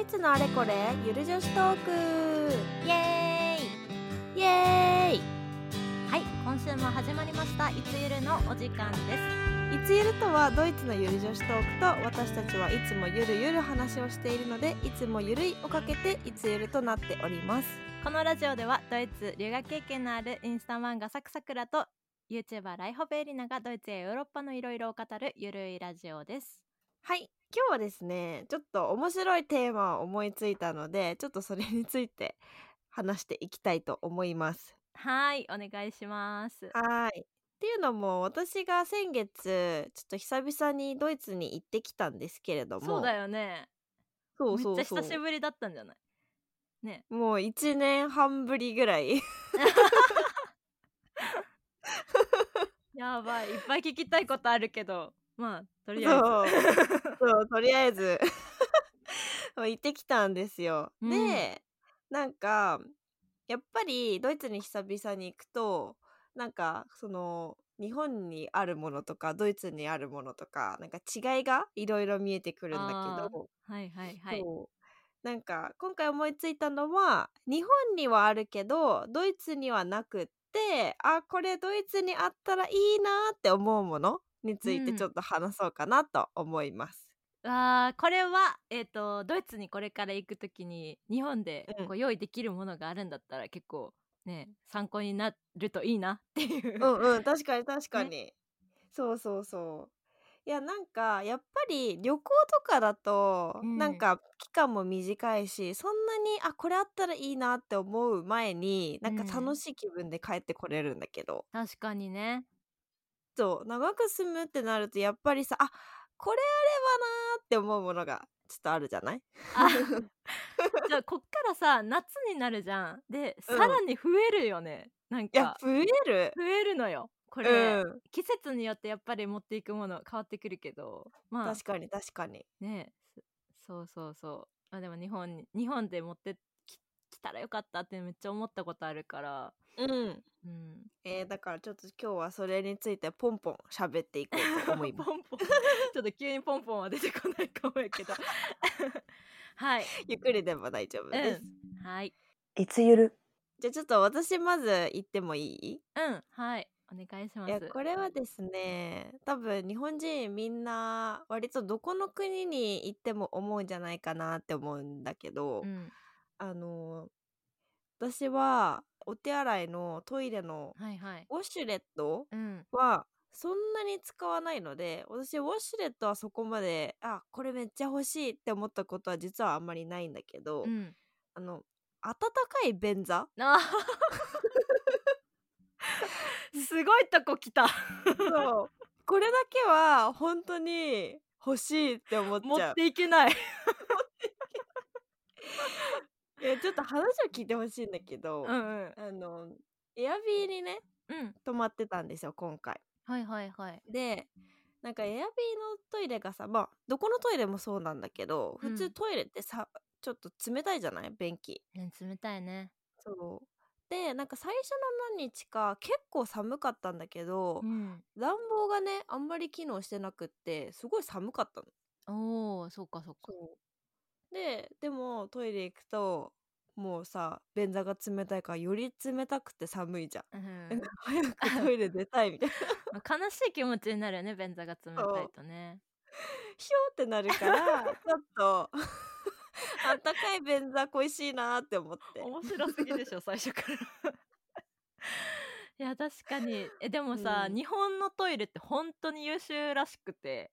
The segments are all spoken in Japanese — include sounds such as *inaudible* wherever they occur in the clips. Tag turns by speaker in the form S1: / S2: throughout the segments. S1: イツのあれこれゆる女子トーク
S2: イエー
S1: イエ
S2: イはい今週も始まりましたいつゆるのお時間です
S1: ーイいつゆるとはドイツのゆる女子トークと私たちはいつもゆるゆる話をしているのでいつもゆるいをかけていつゆるとなっております
S2: このラジオではドイツ留学経験のあるインスタ漫画サクサクラと YouTuber ライホベエリナがドイツやヨーロッパのいろいろを語るゆるいラジオです
S1: はい今日はですねちょっと面白いテーマを思いついたのでちょっとそれについて話していきたいと思います
S2: はいお願いします
S1: はーいっていうのも私が先月ちょっと久々にドイツに行ってきたんですけれども
S2: そうだよね
S1: そうそうそう
S2: めっちゃ久しぶりだったんじゃ *laughs* ないね
S1: もう1年半ぶりぐらい
S2: やばいいっぱい聞きたいことあるけどまあ
S1: *laughs*
S2: とりあ
S1: そう
S2: え *laughs*
S1: そうとりあえず *laughs* 行ってきたんですよ、
S2: うん
S1: でなんかやっぱりドイツに久々に行くとなんかその日本にあるものとかドイツにあるものとかなんか違いがいろいろ見えてくるんだ
S2: あ
S1: けど
S2: ずはいはいはい
S1: そうなんか今回思いついたのは日本にはあるけどドイツにはなくってあこれドイツにあったらいいなって思うものについて
S2: うん
S1: ちょっと話そうかなと思います。
S2: わあこれは、えー、とドイツにこれから行くときに日本で
S1: うん
S2: こう用意できるものがあるんだったら結構ね参考になるといいなっていう。
S1: うん、うん、確かに確かに、そうそうそういやなんかやっぱり旅行とかだと、
S2: うん
S1: なんか期間も短いしそんなにあこれあったらいいなって思う前になんか
S2: うん
S1: 楽しい気分で帰ってこれるんだけど、
S2: 確かにね。
S1: そう長く住むってなるとやっぱりさあこれあればなーって思うものがちょっとあるじゃない *laughs*
S2: あじゃあこっからさ夏になるじゃん。で
S1: うん
S2: さらに増えるよね。なん
S1: いや
S2: か
S1: 増える
S2: 増えるのよこ
S1: う
S2: れ、
S1: ん
S2: 季節によってやっぱり持っていくもの変わってくるけどまあ
S1: 確かに確かに
S2: ねそそうそうそうあでも日本に日本で持ってききたらよかったってめっちゃ思ったことあるから。
S1: うん
S2: うん、
S1: えー、だからちょっと今日はそれについてポンポン喋っていこうと思います
S2: *laughs* ポンポンちょっと急にポンポンは出てこないかもやけど *laughs* はい、
S1: ゆっくりでも大丈夫です、
S2: うん、はい
S3: いつゆる
S1: じゃあちょっと私まず言ってもいい
S2: うんはいお願いしま
S1: いや
S2: す
S1: これはですね多分日本人みんな割とどこの国に行っても思うんじゃないかなって思うんだけど、
S2: うん
S1: あの私はお手洗いのトイレの
S2: はいはい
S1: ウォシュレット
S2: うん
S1: はそんなに使わないので私ウォシュレットはそこまであこれめっちゃ欲しいって思ったことは実はあんまりないんだけど、
S2: うん
S1: あの温かい便
S2: *laughs*
S1: 座
S2: あ *laughs* すごいとこ来た
S1: そう *laughs* これだけは本当に欲しいって思っ
S2: 持
S1: ちゃ
S2: っ
S1: う
S2: ていけない
S1: いやちょっと話を聞いてほしいんだけど、
S2: うんうん
S1: あのエアビーにね
S2: うん
S1: 泊まってたんですよ今回。
S2: はいはいはい
S1: でなんかエアビーのトイレがさまあどこのトイレもそうなんだけど普
S2: う
S1: 通
S2: ん
S1: トイレってさ、ちょっと冷たいじゃない便器
S2: ね冷たいね
S1: そうでなんか最初の何日か結構寒かったんだけど、
S2: うん
S1: 暖房がねあんまり機能してなくってすごい寒かったの
S2: おおそうかそうか
S1: そうででもトイレ行くともうさ便座が冷たいからより冷たくて寒いじゃん、
S2: うん
S1: なんか早く
S2: *laughs*
S1: トイレ出たいみたいな
S2: まあ悲しい気持ちになるよね便座が冷たいとね
S1: ひょーってなるからちょっと *laughs* あったかい便座恋しいなーって思って
S2: 面白すぎでしょ最初から
S1: *laughs*
S2: いや確かにえでもさ、
S1: うん
S2: 日本のトイレって本当に優秀らしくて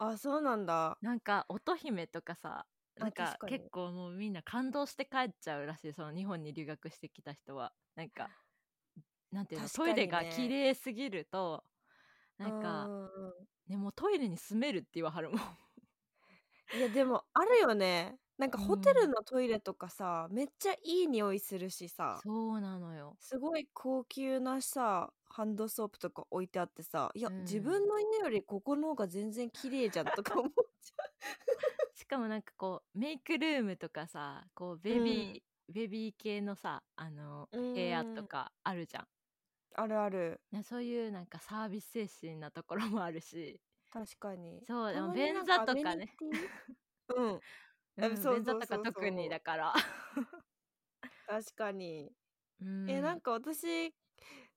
S1: あそうなんだ
S2: なんか乙姫とかさ
S1: あ
S2: なんか
S1: 確かに
S2: 結構もうみんな感動して帰っちゃうらしいその日本に留学してきた人はなんかなんていうの、
S1: 確
S2: ト
S1: かに
S2: イ
S1: ね
S2: レが綺麗すぎるとなんか、ね、もうトイレに住めるって言わはるもん
S1: うんいやでもあるよねなんかホテ
S2: う
S1: ル
S2: ん
S1: のトイレとかさ、めっちゃいい匂いするしさ
S2: そうなのよ
S1: すごい高級なさハンドソープとか置いてあってさいや、
S2: うん
S1: 自分の家よりここの方が全然綺麗じゃんとか
S2: *laughs*
S1: 思っちゃ
S2: しかもなんかこうメイクルームとかさこうベビー、ベビー系のさあの
S1: う
S2: 部屋と
S1: うん
S2: かあるじゃん、
S1: あるある
S2: ねそういうなんかサービス精神なと
S1: *laughs*
S2: ころもあるし
S1: 確かに
S2: そうで
S1: た
S2: も
S1: まに
S2: 便座とかね
S1: なんアメニティ *laughs* うん
S2: う
S1: やっ
S2: ん、
S1: ぱそう
S2: 便座と
S1: そうそ
S2: か
S1: うそう
S2: 特に
S1: *laughs*
S2: だから。
S1: 確かに。
S2: うん
S1: えなんか私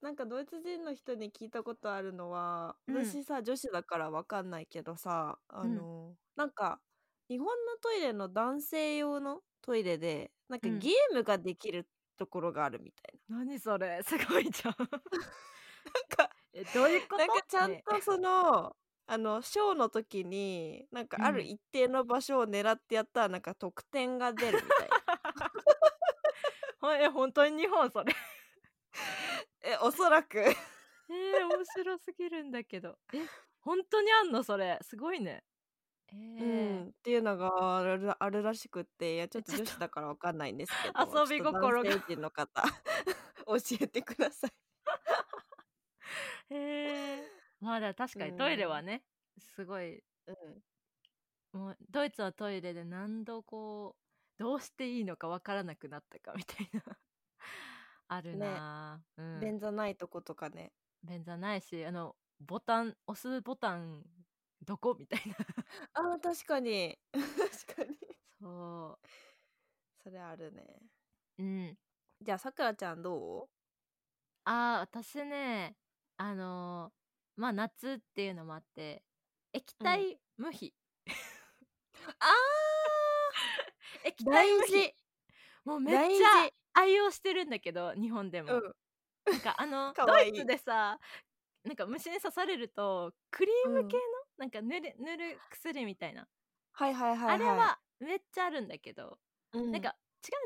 S1: なんかドイツ人の人に聞いたことあるのは、
S2: うん
S1: 私さ女子だからわかんないけどさあ
S2: うん
S1: の、なんか日本のトイレの男性用のトイレでなんか
S2: うん
S1: ゲームができるところがあるみたい
S2: 何それすごい
S1: *laughs*
S2: じゃん。
S1: な。
S2: *laughs* えどういうこと
S1: なんかちゃん *laughs*
S2: ね
S1: とそのあのショーの時になんかある
S2: うん
S1: 一定の場所を狙ってやったらなんか得点が出るみたいな。
S2: ほんえ本当に日
S1: *laughs*
S2: 本それ。
S1: えおそらく
S2: えー、面白すぎるんだけど。え本当にあんのそれすごいね。え
S1: う
S2: ー
S1: ん、っていうのがあるあるらしくっていやちょっと
S2: ちょ
S1: 女
S2: っと
S1: 子だからわかんないんですけど
S2: 遊び心が
S1: ちょっと男性陣の方 *laughs* 教えてください
S2: へえ。まあだから確かにトイレはね、すごいもうドイツはトイレで何度こうどうしていいのかわからなくなったかみたいな *laughs* あるなあ、
S1: うん
S2: う
S1: 便
S2: ん、
S1: 座ないとことかね
S2: 便座ないしあのボタン押すボタンどこみたいな *laughs*
S1: あー確かに *laughs* 確かに
S2: そ
S1: それあるね
S2: ううん
S1: じゃあさくらちゃんど
S2: あー私ねあのーまあ夏っていうのもあって液体無比、
S1: うあ
S2: *laughs* 液体無
S1: 大
S2: 比
S1: 事
S2: もうめっち
S1: 大事
S2: ゃ愛用してるんだけど日本でも、
S1: うん
S2: なんかあの
S1: か
S2: ド
S1: わいい
S2: イツでさなんか虫に刺されるとクリーム系の、なんか塗る塗る薬みたいな、
S1: はいはいはい、はい、
S2: あれはめっちゃあるんだけど、
S1: うん
S2: なんか違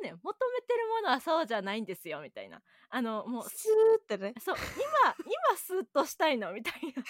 S2: うね求めてるものはそうじゃないんですよみたいなあのもう
S1: スーってね
S2: そう今今スッとしたいのみたいな *laughs* 今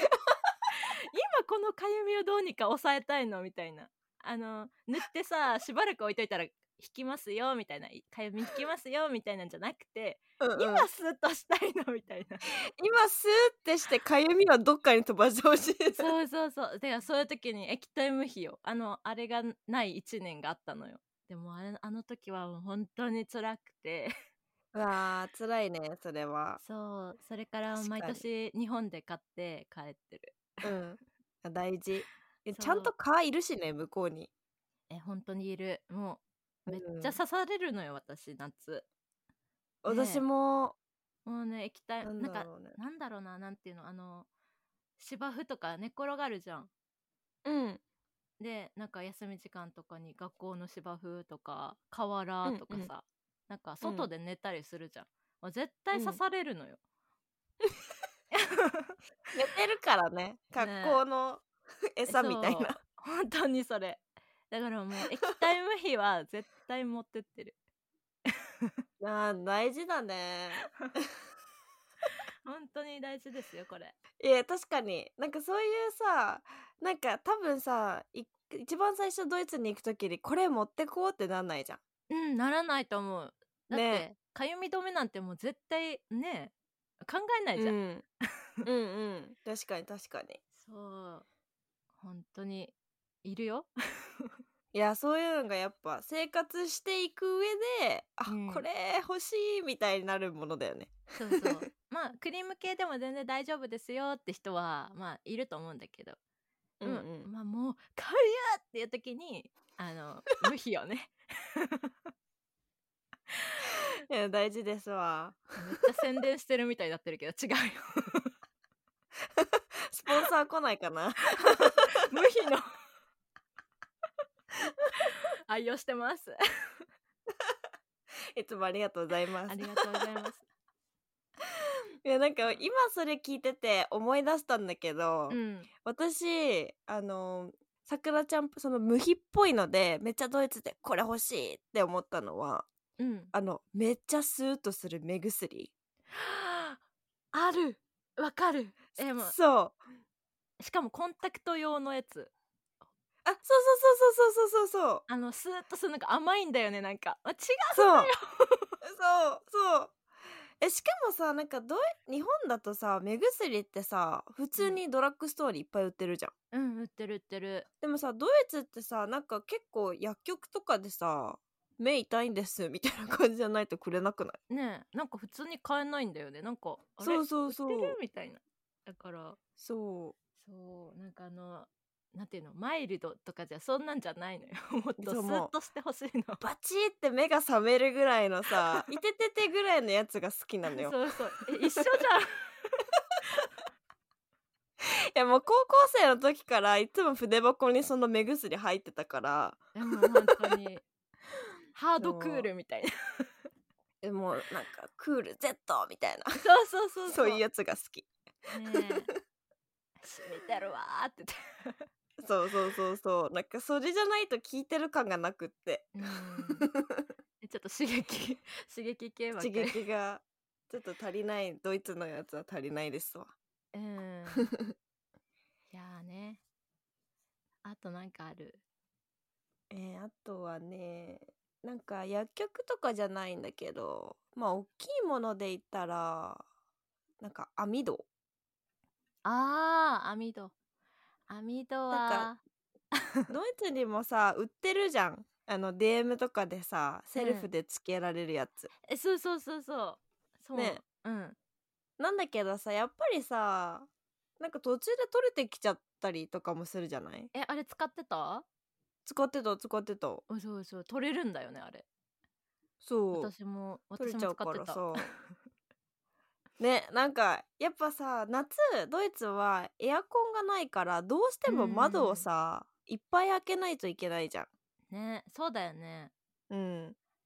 S2: このかゆみをどうにか抑えたいのみたいなあの塗ってさしばらく置いといたら引きますよみたいなかゆみ引きますよみたいなんじゃなくて
S1: うんうん
S2: 今スッとしたいのみたいな
S1: 今スーってしてかゆみはどっかに飛ばしてほしいです
S2: そうそうそうだからそういう時に液体無比よあのあれがない1年があったのよでもあれあの時はもう本当に辛くて
S1: *laughs* うわー辛いねそれは
S2: *laughs* そうそれから
S1: 確か
S2: 毎
S1: に
S2: 年日本で買って帰ってる
S1: *laughs* うんあ大事え
S2: そう
S1: ちゃんと蚊いるしね向こうに
S2: え本当にいるもうめっち
S1: う
S2: ゃ
S1: ん
S2: 刺されるのよ私夏
S1: 私も、
S2: もうね液体
S1: な
S2: なんん
S1: だ
S2: か
S1: ろうね
S2: なんだろうななんていうのあの芝生とか寝っ転がるじゃん
S1: うん
S2: でなんか休み時間とかに学校の芝生とか河原とか
S1: う
S2: さ、
S1: んうん
S2: なんか外で寝たりするじゃん、もう絶対刺されるのよ、
S1: 寝てるからね格好の
S2: *laughs*
S1: 餌みたいな、 *laughs*
S2: そう本当にそれだからもう液体無比は絶対持ってってる
S1: あー大事だね
S2: 本当に大事ですよこれ
S1: *laughs* いや確かになんかそういうさなんか多分さい一番最初ドイツに行く時にこれ持ってこうってなんないじゃん
S2: うんならないと思うだって、
S1: ね
S2: かゆみ止めなんてもう絶対ね考えないじゃん、 *laughs*
S1: ん、うんうん確かに確かに
S2: そう本当にいるよ
S1: いやそういうのがやっぱ生活していく上であ、
S2: うん
S1: これ欲しいみたいになるものだよね
S2: そうそうまあクリーム系でも全然大丈夫ですよって人はまあいると思うんだけど、
S1: うんうん、
S2: うんまあもう「かゆっ!」っていう時にあの無比をね
S1: いや大事ですわ
S2: めっちゃ宣伝してるみたいになってるけど違うよ *laughs*
S1: スポンサー来ないかな
S2: 無比の *laughs* 愛用してます
S1: いつもありがとうございます
S2: ありがとうございます
S1: いやなんか今それ聞いてて思い出したんだけど、
S2: うん
S1: 私あのさくらちゃんその無比っぽいのでめっちゃドイツでこれ欲しいって思ったのは
S2: うん
S1: あのめっちゃスーッとする目薬
S2: あるわかるえもう
S1: そう
S2: しかもコンタクト用のやつ
S1: あそうそうそうそうそうそうそう
S2: *laughs*
S1: そう
S2: あのスーッとするなんか甘いんだよねなんかあ違う
S1: そうそうそうえしかもさなんかどう日本だとさ目薬ってさ普通にドラッグストアにいっぱい売ってるじゃん、
S2: うん売ってる売ってる
S1: でもさドイツってさなんか結構薬局とかでさ目痛いんですみたいな感じじゃないとくれなくない
S2: ねえなんか普通に買えないんだよねなんかあれ
S1: そうそうそう
S2: 売ってるみたいなだから
S1: そ
S2: そうなんかあのなんていうのマイルドとかじゃそんなんじゃないのよ *laughs* もっとス
S1: そう
S2: ッ
S1: もう
S2: としてほしいの *laughs*
S1: バチって目が覚めるぐらいのさいてててぐらいのやつが好きなのよ
S2: *laughs* そうそうえ一緒じ
S1: いやもう高校生の時からいつも筆箱にその目薬入ってたから
S2: ゃ *laughs* んでも本当にハードクールみたいな
S1: えもうなんかクール Z みたいな
S2: *laughs* そうそうそう
S1: そういうやつが好き
S2: ねえ染みてるわーって言って
S1: そうそうそうそうなんかそれじゃないと聞いてる感がなくって
S2: うん *laughs* ちょっと刺激刺激系は
S1: 刺激がちょっと足りないドイツのやつは足りないですわ
S2: うん *laughs* いやーねあとなんかある
S1: えーあとはねなんか薬局とかじゃないんだけどまあ大きいもので言ったらなんか網戸
S2: あー網戸網戸
S1: なん
S2: は
S1: ドイツにもさ売ってるじゃんあの DM とかでさセルフでつけられるやつ、
S2: えそうそうそうそうそう、
S1: ね
S2: うん
S1: なんだけどさやっぱりさなんか途中で取れてきちゃったりとかもするじゃない
S2: えあれ使ってた
S1: 使ってた使ってた
S2: うんそうそう取れるんだよねあれ
S1: そう
S2: 私も
S1: 取れ
S2: 私も
S1: ちゃ
S2: 使っ
S1: うか
S2: て
S1: ら
S2: た
S1: さ *laughs* ねなんかやっぱさ夏ドイツはエアコンがないからどうしても窓をさ、いっぱい開けないといけないじゃん。
S2: ねそうだよね
S1: うん、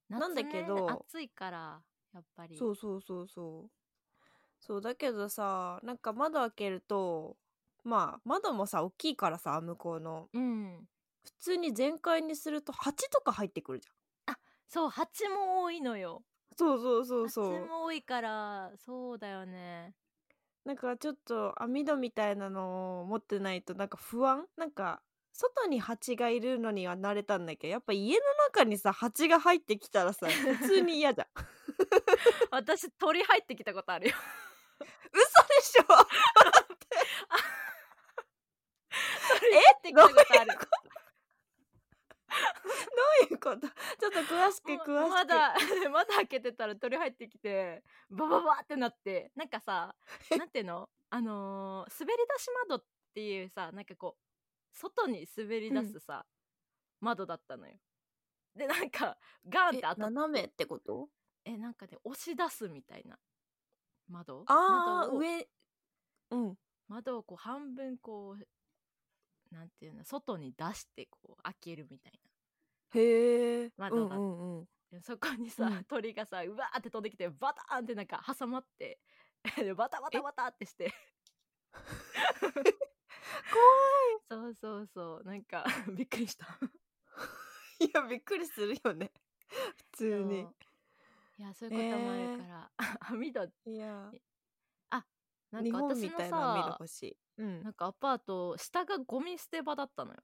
S2: 夏
S1: なんだけど
S2: ね暑いからやっぱり
S1: そうそうそうそうそうだけどさなんか窓開けるとまあ窓もさ大きいからさ向こうの
S2: うん
S1: 普通に全開にすると蜂とか入ってくるじゃん。
S2: そう蜂も多いのよ
S1: そうそうそうそう。
S2: 蜂も多いからそうだよね
S1: なんかちょっと網戸みたいなのを持ってないとなんか不安なんか外に蜂がいるのには慣れたんだけどやっぱ家の中にさ蜂が入ってきたらさ普通に嫌じゃん *laughs*
S2: 私鳥入ってきたことあるよ
S1: 嘘でしょ *laughs*
S2: 鳥 *laughs* 入ってきたことある
S1: どういうことちょっと詳しく
S2: もう
S1: 詳しく
S2: まだ *laughs* まだ開けてたら鳥入ってきてバババってなってなんか
S1: *laughs*
S2: さなんていうのあのー滑り出し窓っていうさなんかこう外に滑り出すさ、窓だったのよでなんかガーンって
S1: え
S2: 当たって
S1: 斜めってこと
S2: えなんかね押し出すみたいな窓
S1: あー
S2: 窓を
S1: 上うん
S2: 窓をこう半分こうなんていうの外に出してこう開けるみたいな
S1: へえ
S2: 窓が
S1: うんうんうん *laughs*
S2: でそこにさ、
S1: うん
S2: 鳥がさうわーって飛んできてバターンってなんか挟まって *laughs* でバタバタバタってして
S1: *laughs*
S2: 怖いそうそうそうなんか *laughs* びっくりした
S1: いやびっくりするよね *laughs* 普通に
S2: そういやそういうこともあるから、 *laughs* 網戸
S1: いや
S2: なん
S1: 日
S2: か
S1: 本
S2: 私
S1: み
S2: の
S1: たいな網戸
S2: さ
S1: 欲しいうん
S2: なんかアパート下がゴミ捨て場だったのよ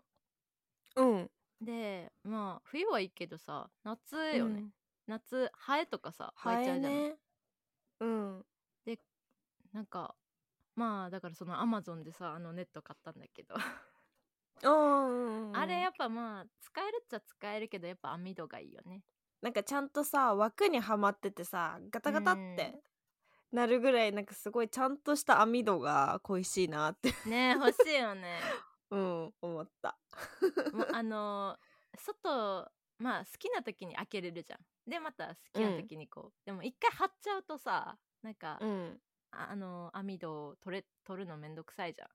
S1: うん
S2: でまあ冬はいいけどさ夏よね、夏ハエとかさ湧いちゃうじゃない、
S1: ねうん
S2: なんかまあだからそのアマゾンでさあのネット買ったんだけどあ
S1: あ
S2: れやっぱまあ使えるっちゃ使えるけどやっぱ網戸がいいよね。
S1: なんかちゃんとさ枠にはまっててさガタガタっ
S2: うん
S1: てなるぐらいなんかすごいちゃんとした網戸が恋しいなって *laughs*
S2: ねえ欲しいよね。
S1: うん思った
S2: もうあのー外まあ好きな時に開けれるじゃん。でまた好きな時にこう、でも一回貼っちゃうとさなんか、
S1: ん
S2: ああのー網戸を取れ取るのめんどくさいじゃ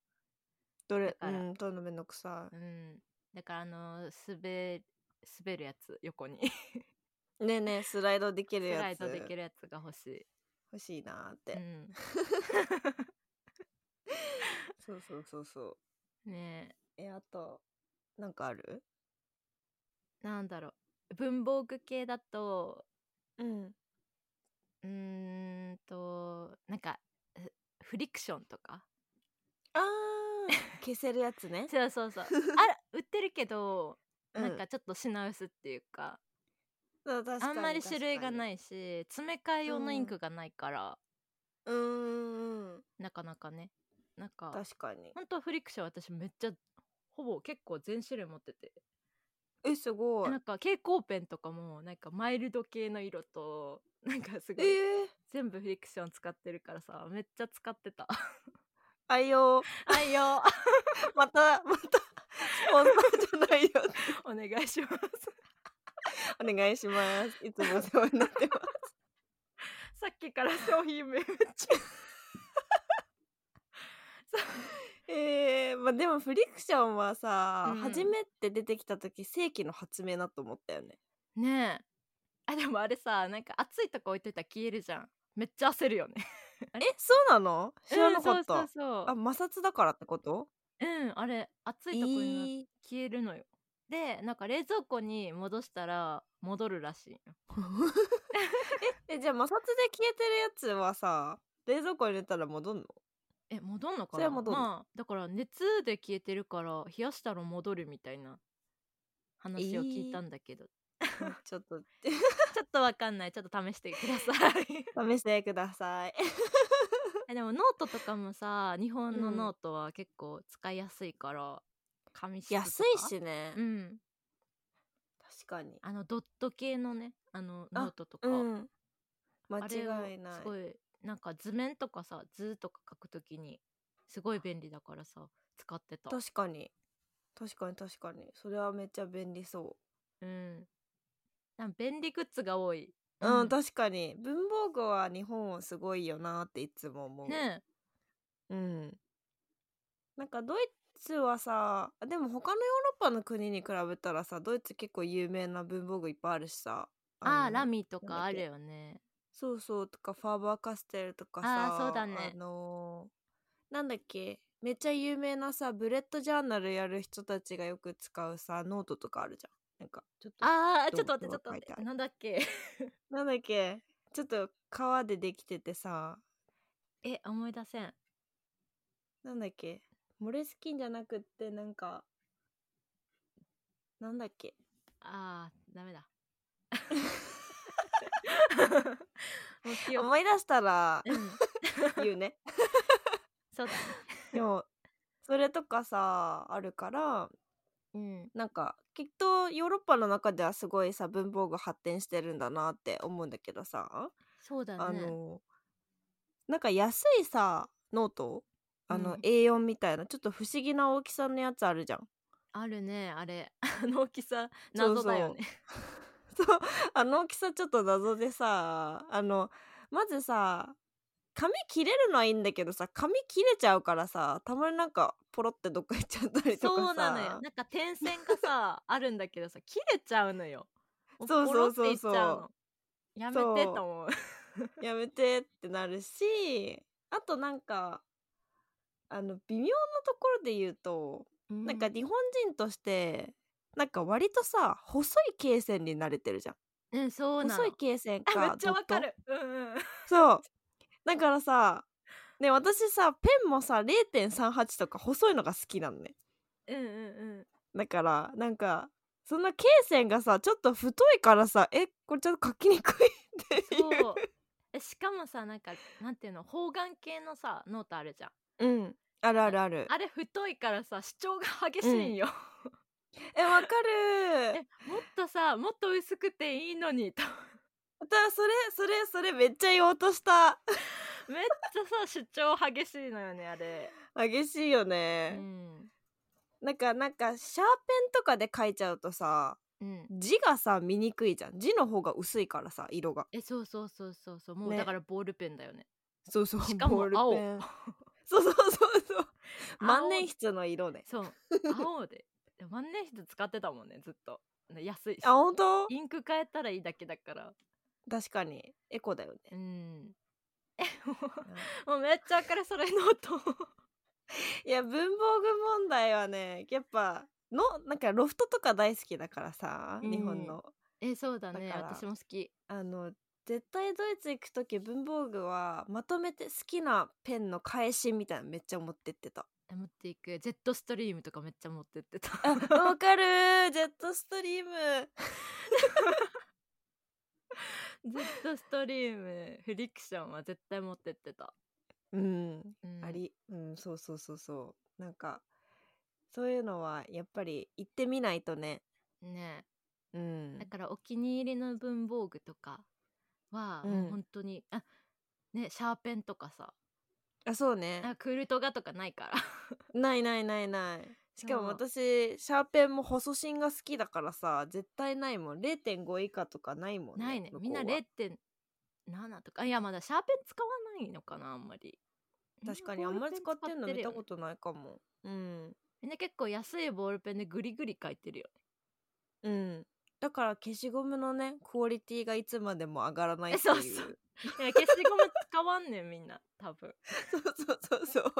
S1: どれう
S2: だから
S1: ん取るのめんどくさ
S2: ん。うん、だからあのー滑滑るやつ横に
S1: いねえねえスライドでき
S2: ス
S1: るやつ
S2: ライドできるやつが欲しい。
S1: 欲しいなーって、
S2: うん、
S1: そうそうそうそう
S2: ねえ
S1: えあとなんかある
S2: なんだろう文房具系だと
S1: うん
S2: うーんとなんかえフリクションとか
S1: あー消せるやつ
S2: *laughs*
S1: ね
S2: そうそう
S1: *laughs*
S2: そうあら売ってるけど、
S1: うん
S2: なんかちょっと品薄っていうか
S1: そう確か
S2: あ
S1: に
S2: んまり種類がないいし詰め替え用のインクがないから、
S1: うーん
S2: なかなかねなんか
S1: 確かに
S2: ほんとフリクション私めっちゃほぼ結構全種類持ってて
S1: えすごい
S2: なんか蛍光ペンとかもなんかマイルド系の色となんかすご
S1: え
S2: い
S1: ー、
S2: 全部フリクション使ってるからさめっちゃ使ってた
S1: 愛用
S2: 愛用
S1: またまたポンサーじゃないよ
S2: お願いします *laughs*
S1: お願いしますいつもお世話になってます
S2: さっきから商品名めっち
S1: *laughs*
S2: ゃ
S1: えー、まあでもフリクションはさ、
S2: うん
S1: 初めて出てきた時世紀の発明だと思ったよね
S2: ねえあでもあれさなんか熱いとこ置いといたら消えるじゃんめっちゃ焦るよ *laughs* ね
S1: えそうなの知らなかった、
S2: うん、そうそうそう
S1: あ摩擦だからってこと
S2: うんあれ熱いとこに消えるのよ、でなんか冷蔵庫に戻したら戻るらしいよ
S1: ええじゃあ摩擦で消えてるやつはさ冷蔵庫に入れたら戻ん *laughs* の
S2: え戻んのか
S1: それ
S2: な
S1: は戻る
S2: まあ、だから熱で消えてるから冷やしたら戻るみたいな話を聞いたんだけど、
S1: ちょっと *laughs*
S2: *laughs* ちょっとわかんないちょっと試してください
S1: 試してください
S2: えでもノートとかもさ日本の
S1: うん
S2: ノートは結構使いやすいから紙質とか
S1: 安いしね、
S2: うん
S1: 確かに
S2: あのドット系のねあの
S1: あ
S2: ノートとか、
S1: うん間
S2: あれ
S1: 違いない
S2: すごいなんか図面とかさ図とか書くときにすごい便利だからさ使ってた
S1: 確かに確かに確かにそれはめっちゃ便利そう
S2: うんなんか便利グッズが多い
S1: うん、確かに文房具は日本はすごいよなっていつも思う、
S2: ねえ
S1: うんなんかドイツはさあでも他のヨーロッパの国に比べたらさドイツ結構有名な文房具いっぱいあるしさ
S2: あ
S1: の
S2: ーラミと
S1: なん
S2: か
S1: だっ
S2: あ
S1: け
S2: るよね
S1: そうそうとかファーバーカステルとか
S2: あ
S1: さ
S2: ーそうだね
S1: あのーなんだっけめっちゃ有名なさブレッドジャーナルやる人たちがよく使うさノートとかあるじゃんなんかちょっと
S2: あー
S1: ど
S2: ちょっと待ってちょっと
S1: どう書い
S2: 待
S1: てあ
S2: って
S1: る
S2: なんだっけ
S1: なんだっけちょっと革でできててさ
S2: え思い出せん
S1: なんだっけモレスキンじゃなくってなんかなんだっけ
S2: あーダメだもう記憶
S1: 思い出した
S2: *laughs*
S1: ら
S2: うん
S1: 言うね
S2: そうだね
S1: でもそれとかさあるから
S2: うん
S1: なんかきっとヨーロッパの中ではすごいさ文房具発展してるんだなって思うんだけどさ、
S2: そうだね
S1: あのなんか安いさノートあの、
S2: うん
S1: A4 みたいなちょっと不思議な大きさのやつあるじゃん。
S2: あるねあれ *laughs* あの大きさ
S1: そうそ
S2: 謎
S1: う
S2: だよね *laughs*
S1: そうあの大きさちょっと謎でさあのまずさ髪切れるのはいいんだけどさ髪切れちゃうからさたまになんかポロってどっか行っちゃった *laughs* りとか
S2: そ
S1: さ
S2: うなのよなんか点線がさあるんだけどさ切れちゃう
S1: *laughs*
S2: のよも
S1: そうそうそうそう
S2: ポロっていっちゃうのやめて
S1: そう
S2: と思う
S1: やめてってなるしあとなんかあの微妙なところで言うと、 *laughs* なんか日本人としてなんか割とさ細い経線に慣れてるじゃん
S2: うんそうなの
S1: 細い経線
S2: あ
S1: か
S2: めっち
S1: ド
S2: ゃ
S1: ッ
S2: わ
S1: ト
S2: かるうんうん *laughs*
S1: そうだからさね私さペンもさ0.38とか細いのが好きなのね
S2: うんうん
S1: *laughs*
S2: うん
S1: だからなんかそんな経線がさちょっと太いからさえこれちょっと書きにくいっていう
S2: そうえしかもさなんかなんていうの方眼系のさノートあるじゃん
S1: うんあるあるある
S2: あれ太いからさ主張が激しいんよ、 *laughs*
S1: えわか
S2: え
S1: る
S2: もっとさもっと薄くていいのにと *laughs*
S1: だそれそれそれめっちゃ言おうとした *laughs*
S2: めっちゃさ主張激しいのよねあれ
S1: 激しいよ
S2: う
S1: ね、
S2: ん
S1: なんかなんかシャーペンとかで書いちゃうとさ
S2: うん
S1: 字がさ見にくいじゃん字の方が薄いからさ色が
S2: えそうそうそうそうそうもう
S1: ね
S2: だからボールペンだよね
S1: そうそう
S2: しかも
S1: ボール
S2: 青
S1: ペ
S2: *laughs*
S1: ン *laughs* そうそうそうそう
S2: 青
S1: 万年筆の色
S2: *laughs*
S1: ね
S2: そう青でで万年筆使ってたもんねずっとね安いし *laughs*
S1: あ本当
S2: インク変えたらいいだけだから
S1: 確かにエコだよね
S2: うん *laughs* えも
S1: *laughs*
S2: うもうめっちゃ明るそれノート
S1: いや文房具問題はねやっぱのなんかロフトとか大好きだからさ、
S2: うん
S1: 日本の
S2: *laughs* えそうだね
S1: だから
S2: 私も好き
S1: あの絶対ドイツ行く時文房具はまとめて好きなペンの返しみたいなのめっちゃ持ってって
S2: *laughs*
S1: た
S2: え持っていくジェットストリームとかめっちゃ持ってって *laughs* た
S1: あわかるジェットストリーム
S2: ジェットストリームフリクションは絶対持ってってた、
S1: うん、
S2: うん
S1: ありうんそうそうそうそうなんかそういうのはやっぱり行ってみないとね
S2: ねえ
S1: うん
S2: だからお気に入りの文房具とかは、
S1: うん
S2: もう本当にあねシャーペンとかさ
S1: あそうね
S2: あクールトガとかないから
S1: ないないないないしかも
S2: そう
S1: 私シャーペンも細芯が好きだからさ絶対ないもん0.5以下とかないもんね
S2: ないね
S1: 向こ
S2: みん
S1: う
S2: な
S1: は
S2: 0.7とかいやまだシャーペン使わないのかなあんまり
S1: 確かにあんまり使ってんの見たこととないかもうん
S2: みんな結構安いボールペンでグリグリ書いてるよ
S1: うんだから消しゴムのねクオリティがいつまでも上がらない
S2: え
S1: っていう
S2: そうそうねいや消しゴム使わんねんみんな多分
S1: *laughs* そうそうそうそう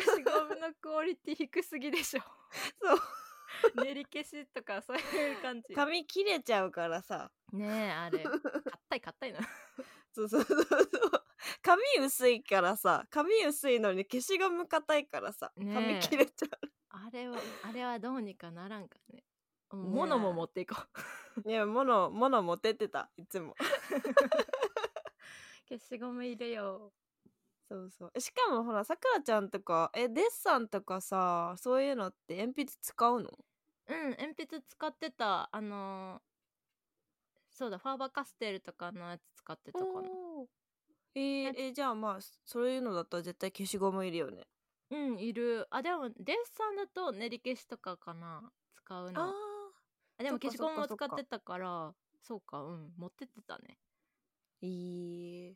S2: 消しゴムのクオリティ低すぎでしょ
S1: そう
S2: *laughs* 練り消しとかそういう感じ
S1: 髪切れちゃうからさ
S2: ねえ
S1: *laughs*
S2: あれ硬い硬いな
S1: そうそうそうそう髪薄いからさ髪薄いのに消しゴム硬いからさ
S2: ね
S1: 髪
S2: え
S1: 切れちゃ
S2: あれはあれはどうにかならんかねも
S1: ね
S2: う
S1: え
S2: 物も持っていこう
S1: ういや物物持ってってたいつも
S2: 消しゴム入れよ
S1: そうそうしかもほらさくらちゃんとかえデッサンとかさそういうのって鉛筆使うの
S2: ううん鉛筆使ってたあのーそうだファーバーカステルとかのやつ使ってたかな
S1: おーえーえじゃあまあそそういうのだったら絶対消しゴムいるよね
S2: うんいるあでもデッサンだと練り消しとかかな使うのあでも
S1: そっか
S2: 消しゴムも
S1: そ
S2: 使
S1: っか
S2: ってたからそうかうん持ってってたね
S1: いい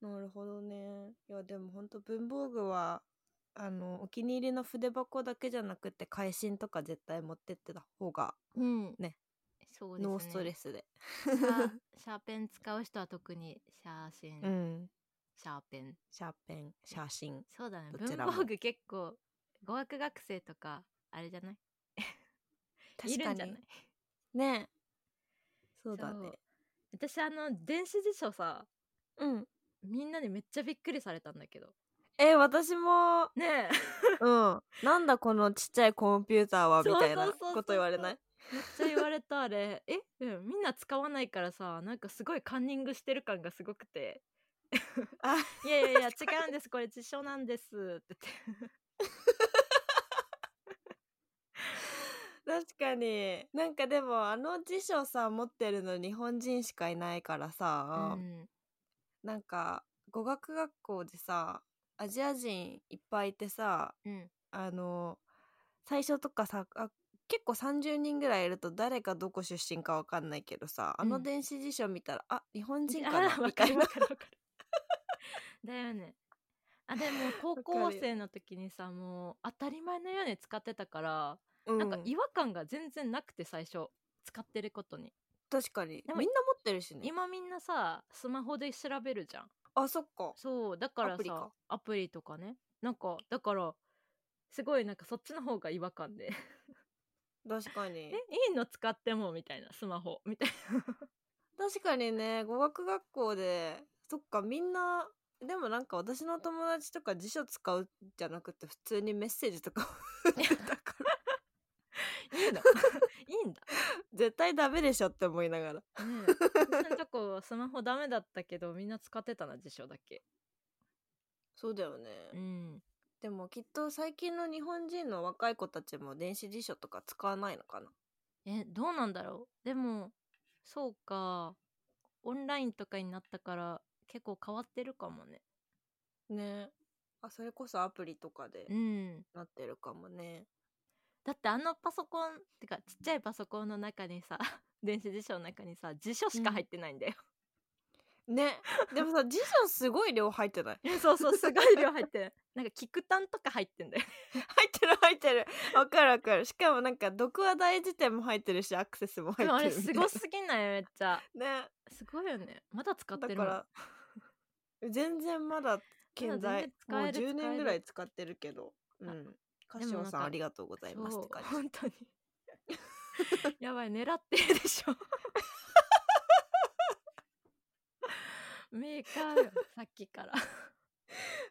S1: なるほどねいやでもほんと文房具はあのお気に入りの筆箱だけじゃなくて会心とか絶対持ってってた方が
S2: うん
S1: ね
S2: そうですね
S1: ノーストレスで
S2: シャシャーペン使う人は特にシャーシン、
S1: うん
S2: シャーペン
S1: シャーペン写真
S2: そうだね
S1: どち
S2: 文
S1: らも
S2: 房具結構語学学生とかあれじゃないいるんじゃない
S1: ねそうだね
S2: そう私あの電子辞書さ
S1: うん
S2: みんなにめっちゃびっくりされたんだけど
S1: え私も
S2: ねえ
S1: うんなんだこのちっちゃいコンピューターはみ
S2: そう
S1: たい
S2: そ
S1: な
S2: うそうそう
S1: こと言われない
S2: めっちゃ言われたあれ *laughs* え、うん、みんな使わないからさなんかすごいカンニングしてる感がすごくて
S1: あ
S2: 「いやいやいや違うんですこれ辞書なんです」って言って
S1: 確かになんかでもあの辞書さ持ってるの日本人しかいないからさ、
S2: うん
S1: なんか語学学校でさアジア人いっぱいいてさ
S2: うん
S1: あの最初とかさあ結構30人ぐらいいると誰がどこ出身かわかんないけどさあ
S2: う
S1: の
S2: ん
S1: 電子辞書見たら、あ日本人か
S2: あ
S1: な
S2: ら
S1: み
S2: わ
S1: た
S2: か
S1: い
S2: る
S1: な
S2: わかるわかるだよねあでも高校生の時にさもう当たり前のように使ってたから
S1: うん
S2: なんか違和感が全然なくて最初使ってることに
S1: 確かにみん
S2: で
S1: な
S2: も
S1: 持ってるしね
S2: 今みんなさスマホで調べるじゃん
S1: あそっか
S2: そうだからさ
S1: ア
S2: ア
S1: プ
S2: プ
S1: リか
S2: リとかねなんかだからすごいなんかそっちの方が違和感で
S1: 確か
S2: え
S1: に
S2: いいの使ってもみたいなスマホ
S1: *laughs*
S2: みたいな
S1: 確かにね語学学校でそっかみんなでもなんか私の友達とか辞書使うじゃなくて普通にメッセージとか *laughs* 打ってたから
S2: いいの *laughs* いいんだ
S1: 絶対ダメでしょって思いながら
S2: ねえ私のとこスマホダメだったけどみんな使ってたな辞書だけ
S1: そうだよね、
S2: うん
S1: でもきっと最近の日本人の若い子たちも電子辞書とか使わないのかな
S2: えどうなんだろうでもそうかオンラインとかになったから結構変わってるかもね
S1: ねあそれこそアプリとかで
S2: うん
S1: なってるかもね、
S2: だってあのパソコンてかちっちゃいパソコンの中にさ *laughs* 電子辞書の中にさ辞書しか入ってないんだよ、
S1: ねでもさ辞書すごい量入ってない
S2: そうそうすごい量入ってる *laughs* なんか菊炭とか入ってんだよ
S1: *laughs* 入ってる入ってるわかるわかるしかもなんか毒話大辞典も入ってるしアクセスも入
S2: でもあ
S1: って
S2: れ
S1: るみた
S2: す
S1: いな
S2: ごすぎないめっちゃ
S1: *laughs* ね
S2: すごいよねまだ使っ
S1: だ
S2: て
S1: か
S2: るもん
S1: ら全然まだ健在も
S2: ま
S1: う10
S2: だ全然使える使え
S1: 年
S2: る
S1: ぐらい使ってるけどう
S2: あ
S1: んカ
S2: で
S1: シ
S2: も
S1: オ
S2: なん
S1: さん
S2: か
S1: ありがとうございますって感
S2: そう
S1: じ
S2: 本当に *laughs* やばい狙ってるでしょ *laughs* メーカーよ *laughs* さっきから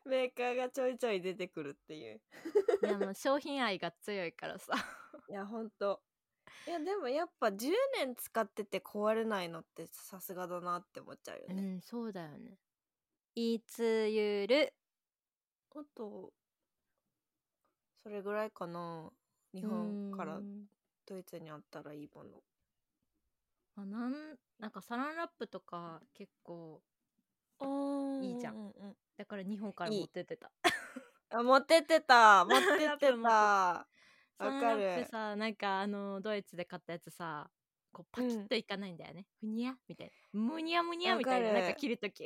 S1: メーカーがちょいちょい出てくるっていう
S2: いやもう商品愛が強いからさ
S1: いやほんといやでもやっぱ10年使ってて壊れないのってさすがだなって思っちゃう
S2: う
S1: よね、
S2: んそうだよね *laughs* いつゆる
S1: あとそれぐらいかな日本から
S2: うん
S1: ドイツにあったらいいもの
S2: まあ、なんなんかサランラップとか結構
S1: い
S2: いいじゃん
S1: んうん
S2: だから日本から
S1: いい
S2: 持ってってた
S1: あ持ってってた持 *laughs* ってっ
S2: ラ
S1: て
S2: ッ
S1: た
S2: プ持
S1: わ
S2: サン
S1: か
S2: ラッ
S1: る
S2: プさなんかあのドイツで買ったやつさこうパキッといかないんだよね、ふにゃみたいなむにゃむにゃみたいな
S1: わか
S2: な
S1: る
S2: んか切るとき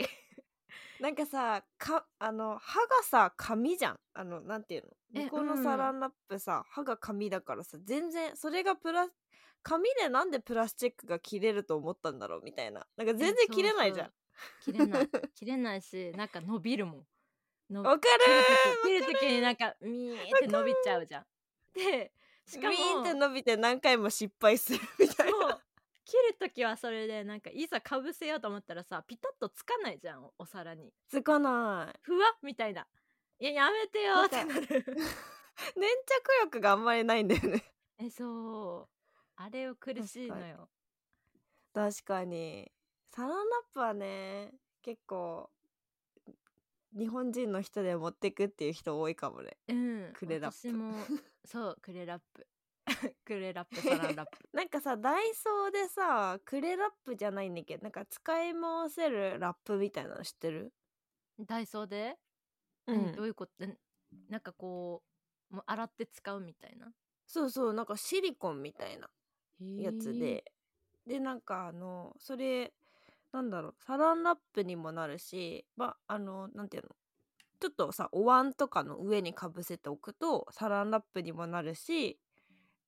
S1: なんかさかあの歯がさ紙じゃんあのなんていうの
S2: え
S1: 向こうの
S2: うん
S1: サランラップさ、歯が紙だからさ全然それがプラ紙でなんでプラスチックが切れると思ったんだろうみたいななんか全然
S2: そう
S1: 切れないじゃん
S2: 切れない切れないしなんか伸びるもんの
S1: わか
S2: 切るとき切る時になんかみーって伸びちゃうじゃんでし
S1: る
S2: か
S1: ビ
S2: も
S1: ーンって伸びて何回も失敗するみたい
S2: *laughs*
S1: な
S2: そう切るときはそれでなんかいざかぶせようと思ったらさピタッとつかないじゃんおお皿に
S1: つかない
S2: ふわっみたいないややめてよってなる
S1: *laughs* 粘着力があんまりないんだよね
S2: *laughs* えそうあれを苦しいのよ
S1: 確かにサランラップはね結構日本人の人で持ってくっていう人多いかもね
S2: うん
S1: クレラップ
S2: 私もそうクレラッ
S1: *laughs*
S2: プクレラップサランラップ
S1: なんかさダイソーでさクレラップじゃないんだけどなんか使い回せるラップみたいなの知ってる
S2: *laughs* ダイソーで、
S1: う
S2: 何どういうことんなんかこうもう洗って使うみたいな
S1: そうそうなんかシリコンみたいなやつ
S2: へー
S1: ででなんかあのそれなんだろうサランラップにもなるしまあのなんていうのちょっとさお椀とかの上にかぶせておくとサランラップにもなるし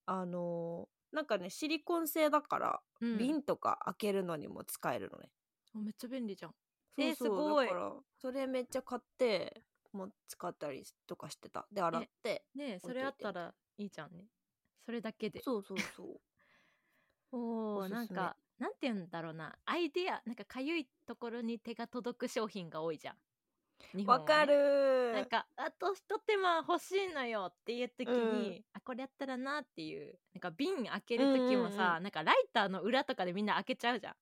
S1: あのなんかねシリコン製だから、
S2: うん
S1: 瓶とか開けるのにも使えるのね
S2: あめっちゃ便利じゃん
S1: そう
S2: え
S1: そう
S2: すごい
S1: だからそれめっちゃ買ってもう使ったりとかしてたで洗って
S2: ねえ
S1: 置いとい
S2: そ
S1: て
S2: れあったらいいじゃんねそれだけで
S1: そうそう
S2: *laughs*
S1: そう
S2: お
S1: お
S2: ー
S1: すすめ
S2: なんかなんて言うんだろうなアイデアなんかかゆいところに手が届く商品が多いじゃん日本は
S1: わ、
S2: ね
S1: かる
S2: なんかあとひと手間欲しいのよっていう時に、
S1: うん
S2: あこれやったらなっていうなんか瓶開ける時もさ、
S1: うんうんう
S2: なんかライターの裏とかでみんな開けちゃうじゃん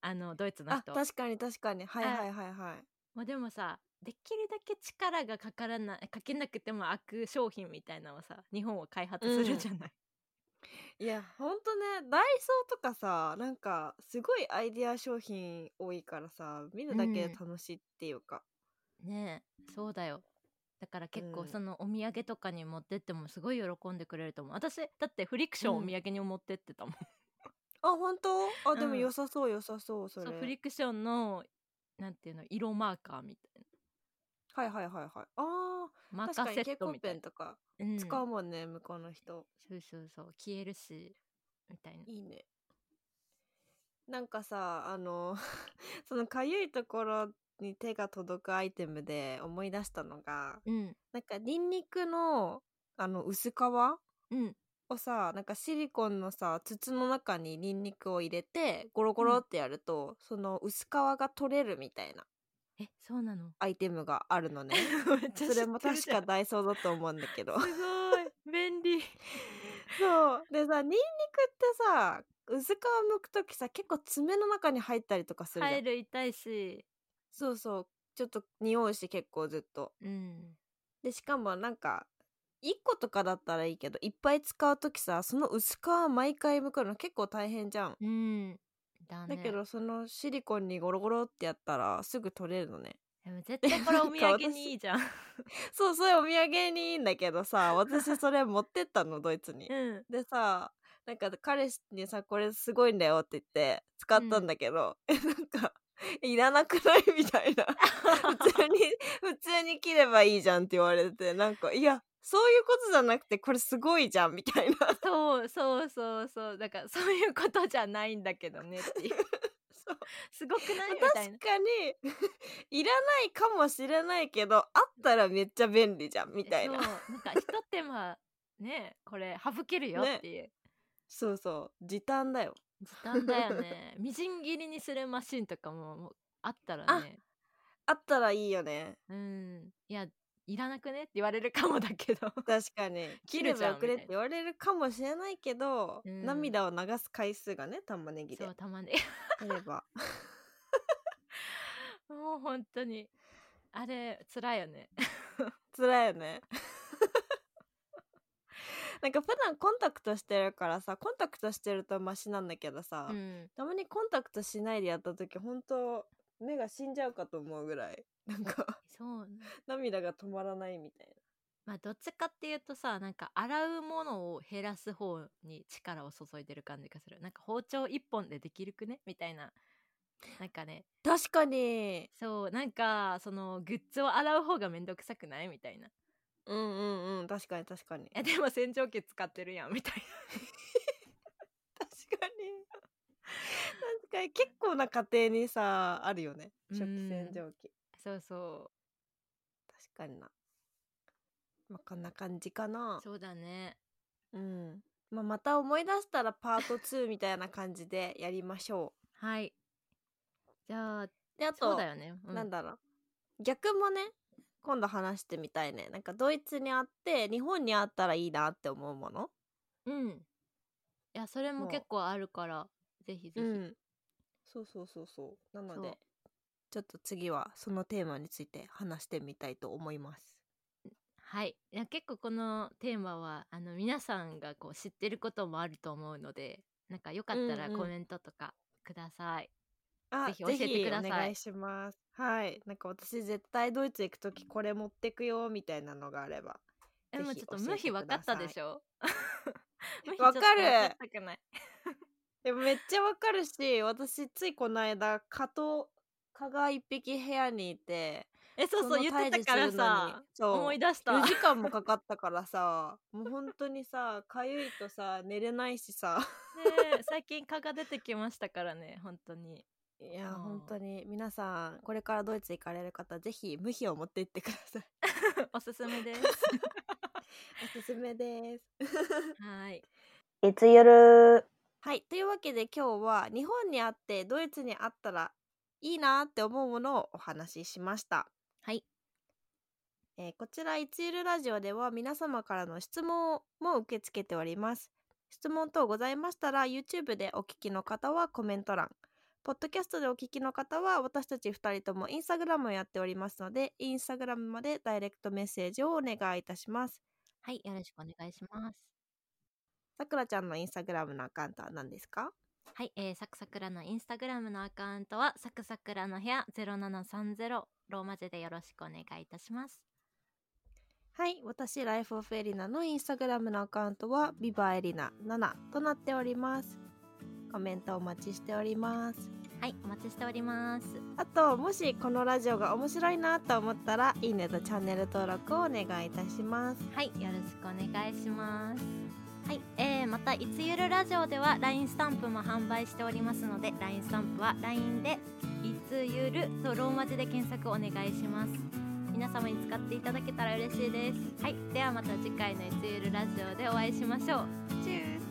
S2: あのドイツの
S1: あ
S2: 人
S1: 確かに確かにはい
S2: あ
S1: はいはいはい
S2: もうでもさできるだけ力がかからないかけなくても開く商品みたいなのをさ日本は開発するじゃない、
S1: いやほんとねダイソーとかさなんかすごいアイディア商品多いからさ見るだけで楽しいっていうか、
S2: *laughs* ねえそうだよだから結
S1: う
S2: 構
S1: ん
S2: そのお土産とかに持ってってもすごい喜んでくれると思う私だってフリクション
S1: う
S2: お
S1: ん
S2: 土産に持ってってたもん、
S1: あ本当あでも
S2: うん
S1: 良さそう良さそうそれ
S2: そうフリクションのなんていうの色マーカーみたい
S1: はいはいはいはいあ
S2: な
S1: ー
S2: マー
S1: 確
S2: カ
S1: か
S2: ー
S1: に
S2: セ
S1: 蛍
S2: ッ
S1: 光
S2: トみた
S1: ペ
S2: い
S1: ンとか
S2: な、うん、
S1: 使うもんね、向こうの人
S2: そうそうそう消えるしみたいない
S1: いねなんかさあの *laughs* そのかゆいところに手が届くアイテムで思い出したのが
S2: うん
S1: なんかニンニクのあの薄皮
S2: うん
S1: をさなんかシリコンのさ筒の中にニンニクを入れてゴロゴロってやると、その薄皮が取れるみたいな
S2: えそうなの
S1: アイテムがあるの
S2: *laughs*
S1: ね
S2: めっちゃ知
S1: そ
S2: ってるじゃ
S1: れ
S2: ん
S1: も確かダイソーだと思うんだけ
S2: *laughs*
S1: ど
S2: すごい
S1: *laughs*
S2: 便利
S1: そうでさニンニクってさ薄皮剥く時さ結構爪の中に入ったりとかするじゃ
S2: 入
S1: ん
S2: る痛いし
S1: そうそうちょっと匂うし結構ずっと
S2: うん
S1: でしかもなんか1個とかだったらいいけどいっぱい使う時さその薄皮毎回剥くの結構大変じゃん
S2: うんだね
S1: だけどそのシリコンにゴロゴロってやったらすぐ取れるのね
S2: でも絶対これお土産にいい
S1: *laughs*
S2: じゃん
S1: そうそれお土産にいいんだけどさ私それ持ってったのドイツに
S2: うん
S1: でさなんか彼氏にさこれすごいんだよって言って使ったんだけど、 *laughs* えなんかいらなくない *laughs* みたいな普通に *laughs* 普通に切ればいいじゃんって言われてなんかいやそういうことじゃなくてこれすごいじゃんみたいな *laughs*
S2: そうそうそうそうだからそういうことじゃないんだけどねっていう
S1: *laughs*
S2: *laughs*
S1: そう
S2: すごくないみた
S1: 確
S2: いな
S1: かに *laughs* いらないかもしれないけどあったらめっちゃ便利じゃんみたいな
S2: そうなんかひと手間ねこれ省けるよっていう、
S1: そうそう時短だよ
S2: 時短だよねみじん切りにするマシンとかももうあったらね
S1: あったらいいよね
S2: うんいやいらなくねって言われるかもだけど
S1: 確かに
S2: 切
S1: 切
S2: れ
S1: れ
S2: ちゃ
S1: ばよ
S2: う
S1: くれって言われるかもしれないけど、
S2: うん
S1: 涙を流す回数がね玉ねぎで
S2: そうたまに
S1: 減れば *laughs*
S2: もう本当にあれ辛いよね
S1: 辛いよね *laughs* なんか普段コンタクトしてるからさコンタクトしてるとマシなんだけどさ、
S2: うん
S1: たまにコンタクト *laughs* しないでやった時本当目が死んじゃうかと思うぐらいなんか
S2: そう
S1: 涙が止まらないみたい
S2: まあどっちかっていうとさなんか洗うものを減らす方に力を注いでる感じがするなんか包丁一本でできるくねみたいななんかね
S1: な確かに
S2: そうなんかそのグッズを洗う方がめんどくさくないみたいな
S1: うんうんうん確かに確かに
S2: えでも洗浄機使ってるやんみたいな
S1: 確かに確かに結構な家庭にさあるよね
S2: うん
S1: 食器洗浄機
S2: そうそ
S1: 確かになまあこんな感じかな
S2: うそうだね
S1: うんまあ、また思い出したらパート2みたいな感じでやりましょ
S2: はいじゃあ
S1: うであと
S2: そうだよね、う
S1: なんだろう逆もね今度話してみたいねなんかドイツにあって日本にあったらいいなって思うもの
S2: うんいやそれも
S1: そう
S2: 結構あるからぜひぜひ、
S1: うんそうそうそうそうなの
S2: そう
S1: でちょっと次はそのテーマについて話してみたいと思います
S2: はいいや結構このテーマはあの皆さんがこう知ってることもあると思うのでなんかよかったら
S1: うんうん
S2: コメントとかください、
S1: あ
S2: ぜひ教えてください
S1: ぜひお願いしますはいなんか私絶対ドイツ行く時これ持ってくよみたいなのがあれば
S2: えもう
S1: ぜ
S2: ち
S1: ひ
S2: ょっと無比
S1: 教え
S2: 分
S1: てくだ
S2: かっ
S1: さい
S2: たでしょ
S1: *laughs*
S2: 無比
S1: わかる
S2: ちょっと分かったくない
S1: でもめっちゃわかるし私ついこの間蚊と蚊が一匹部屋にいて
S2: えそうそう
S1: の
S2: 言ってたか
S1: 退
S2: らさ
S1: 治するのにそう
S2: 思い出した *laughs*
S1: 4時間もかかったからさもう本当にさかゆいとさ寝れないしさ *laughs*
S2: ねえ最近蚊が出てきましたからね本当に
S1: いや
S2: あー
S1: 本当に皆さんこれからドイツ行かれる方ぜひ無比を持って行ってください
S2: おすすめです
S1: *laughs* おすすめです
S2: はい
S1: いつゆるはいというわけで今日は日本にあってドイツにあったらいいなって思うものをお話ししました
S2: はい
S1: えーこちらいつゆるラジオでは皆様からの質問も受け付けております。質問等ございましたら YouTube でお聞きの方はコメント欄、ポッドキャストでお聞きの方は私たち2人とも Instagram をやっておりますので Instagram までダイレクトメッセージをお願いいたします。
S2: はいよろしくお願いします
S1: さくらちゃんの Instagram のアカウントは何ですか
S2: はい、えー、サクサクラのインスタグラムのアカウントはサクサクラの部屋0730ローマ字でよろしくお願いいたします
S1: はい、私ライフオフエリナの Instagram のアカウントはビバエリナ7となっております。コメントお待ちしております。
S2: はいお待ちしております
S1: あともしこのラジオが面白いなと思ったらいいねとチャンネル登録をお願いいたします
S2: はいよろしくお願いしますはい、えー、またいつゆるラジオでは LINE スタンプも販売しておりますので LINE スタンプは LINE でいつゆるとローマ字で検索お願いします皆様に使っていただけたら嬉しいですはいではまた次回のいつゆるラジオでお会いしましょうチュース